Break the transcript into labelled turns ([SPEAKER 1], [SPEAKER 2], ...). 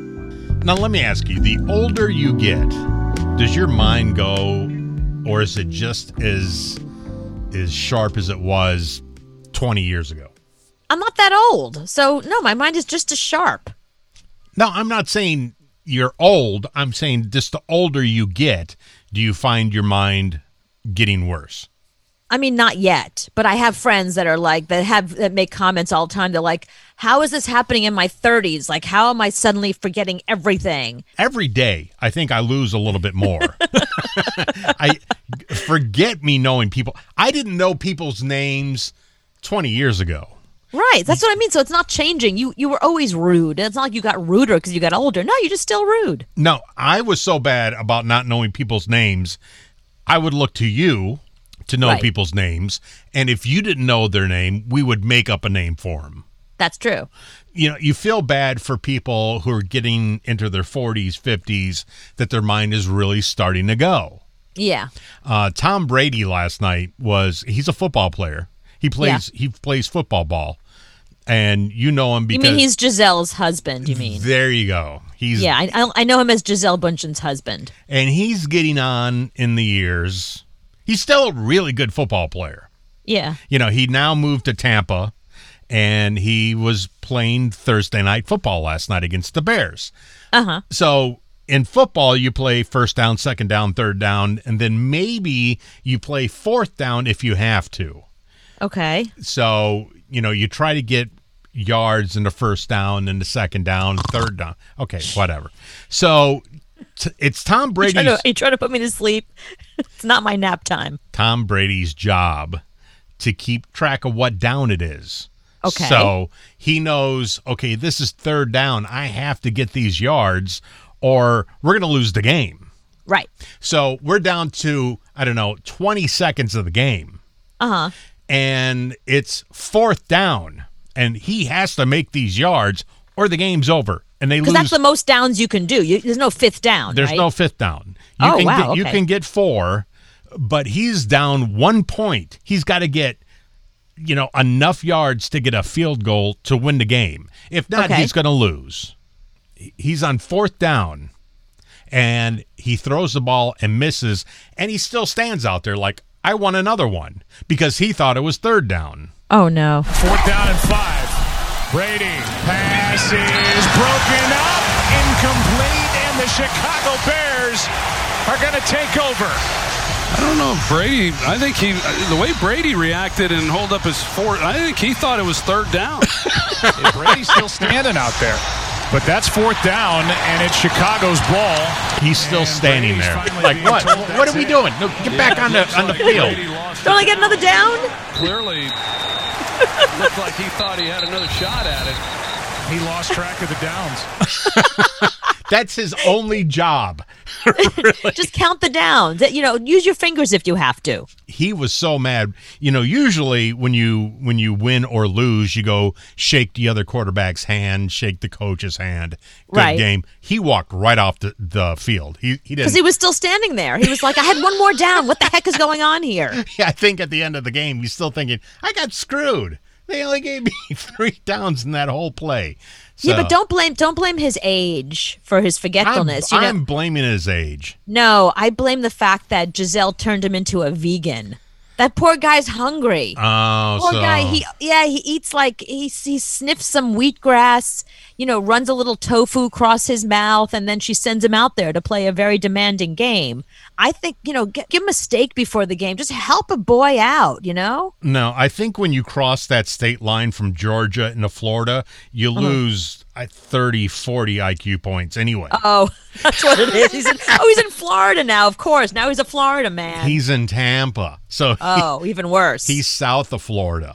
[SPEAKER 1] Now, let me ask you the older you get, does your mind go, or is it just as, as sharp as it was 20 years ago?
[SPEAKER 2] I'm not that old. So, no, my mind is just as sharp.
[SPEAKER 1] No, I'm not saying you're old. I'm saying just the older you get, do you find your mind getting worse?
[SPEAKER 2] I mean, not yet, but I have friends that are like that have that make comments all the time. They're like, "How is this happening in my 30s? Like, how am I suddenly forgetting everything?"
[SPEAKER 1] Every day, I think I lose a little bit more. I forget me knowing people. I didn't know people's names 20 years ago.
[SPEAKER 2] Right, that's what I mean. So it's not changing. You you were always rude. It's not like you got ruder because you got older. No, you're just still rude.
[SPEAKER 1] No, I was so bad about not knowing people's names. I would look to you to know
[SPEAKER 2] Right.
[SPEAKER 1] people's names, and if you didn't know their name, we would make up a name for them.
[SPEAKER 2] That's true.
[SPEAKER 1] you know, you feel bad for people who are getting into their 40s, 50s, that their mind is really starting to go.
[SPEAKER 2] Yeah.
[SPEAKER 1] Uh, Tom Brady last night was, he's a football player. He plays, he plays football ball. And you know him
[SPEAKER 2] You
[SPEAKER 1] because,
[SPEAKER 2] mean he's Giselle's husband? You mean?
[SPEAKER 1] there you go. He's,
[SPEAKER 2] Yeah, I- I I know him as Giselle Bundchen's husband.
[SPEAKER 1] and he's getting on in the years. He's still a really good football player.
[SPEAKER 2] Yeah.
[SPEAKER 1] You know, he now moved to Tampa and he was playing Thursday night football last night against the Bears.
[SPEAKER 2] Uh huh.
[SPEAKER 1] So in football, you play first down, second down, third down, and then maybe you play fourth down if you have to.
[SPEAKER 2] Okay.
[SPEAKER 1] So, you know, you try to get yards in the first down and the second down, third down. Okay, whatever. So t- it's Tom
[SPEAKER 2] You try
[SPEAKER 1] Brady's
[SPEAKER 2] to, you try to put me to sleep. it's not my nap time.
[SPEAKER 1] Tom Brady's job to keep track of what down it is.
[SPEAKER 2] Okay.
[SPEAKER 1] So he knows, okay, this is third down. I have to get these yards or we're going to lose the game.
[SPEAKER 2] Right.
[SPEAKER 1] So we're down to, I don't know, 20 seconds of the game,
[SPEAKER 2] Uh huh.
[SPEAKER 1] and it's fourth down, and he has to make these yards or the game's over. And they lose.
[SPEAKER 2] Because that's the most downs you can do. You, there's no fifth down.
[SPEAKER 1] There's
[SPEAKER 2] right?
[SPEAKER 1] no fifth down. You
[SPEAKER 2] Oh,
[SPEAKER 1] can
[SPEAKER 2] wow,
[SPEAKER 1] Get, You
[SPEAKER 2] okay.
[SPEAKER 1] can get four, but he's down one point. He's got to get, you know, enough yards to get a field goal to win the game. If not,
[SPEAKER 2] Okay.
[SPEAKER 1] he's going to lose. He- He's on fourth down, and he throws the ball and misses, and he still stands out there like, I want another one because he thought it was third down.
[SPEAKER 2] Oh no.
[SPEAKER 3] Fourth down and five. Brady pass is broken up, incomplete, and the Chicago Bears are going to take over.
[SPEAKER 4] I don't know if Brady. I think he, the way Brady reacted and hold up his fourth. I think he thought it was third down.
[SPEAKER 3] And Brady's still standing out there, but that's fourth down, and it's Chicago's ball.
[SPEAKER 1] He's still
[SPEAKER 3] And
[SPEAKER 1] standing
[SPEAKER 3] Brady's
[SPEAKER 1] there,
[SPEAKER 3] finally
[SPEAKER 1] like
[SPEAKER 3] being
[SPEAKER 1] what?
[SPEAKER 3] told
[SPEAKER 1] What
[SPEAKER 3] that's
[SPEAKER 1] are we
[SPEAKER 3] it.
[SPEAKER 1] doing? No, get back on the
[SPEAKER 4] Looks
[SPEAKER 1] on the
[SPEAKER 4] like
[SPEAKER 1] field.
[SPEAKER 4] Brady lost
[SPEAKER 2] Don't I
[SPEAKER 4] it.
[SPEAKER 2] get another down?
[SPEAKER 4] Clearly, looked like he thought he had another shot at it.
[SPEAKER 3] He lost track of the downs.
[SPEAKER 1] That's his only job.
[SPEAKER 2] Just count the downs. You know, use your fingers if you have to.
[SPEAKER 1] he was so mad. You know, usually when you when you win or lose, you go shake the other quarterback's hand, shake the coach's hand. Good
[SPEAKER 2] Right.
[SPEAKER 1] game. He walked right off the, the field. He he didn't.
[SPEAKER 2] Because he was still standing there. He was like, I had one more down. What the heck is going on here?
[SPEAKER 1] I think at the end of the game, he's still thinking, "I got screwed. They only gave me three downs in that whole play."
[SPEAKER 2] yeah,
[SPEAKER 1] So,
[SPEAKER 2] but don't blame don't blame his age for his
[SPEAKER 1] I'm,
[SPEAKER 2] forgetfulness. you know,
[SPEAKER 1] I'm blaming his age.
[SPEAKER 2] no, I blame the fact that Giselle turned him into a vegan. That poor guy's hungry.
[SPEAKER 1] Oh,
[SPEAKER 2] Poor
[SPEAKER 1] so
[SPEAKER 2] guy, he yeah, he eats like he he sniffs some wheatgrass, you know, runs a little tofu across his mouth, and then she sends him out there to play a very demanding game. I think you know, g- give him a steak before the game. Just help a boy out, you know.
[SPEAKER 1] No, I think when you cross that state line from Georgia into Florida, you
[SPEAKER 2] Uh-huh.
[SPEAKER 1] lose I 30, 40 IQ points anyway.
[SPEAKER 2] Oh, that's what it is. He's in, oh, he's in Florida now. Of course, now he's a Florida man.
[SPEAKER 1] He's in Tampa. So
[SPEAKER 2] oh, even worse.
[SPEAKER 1] he's south of Florida.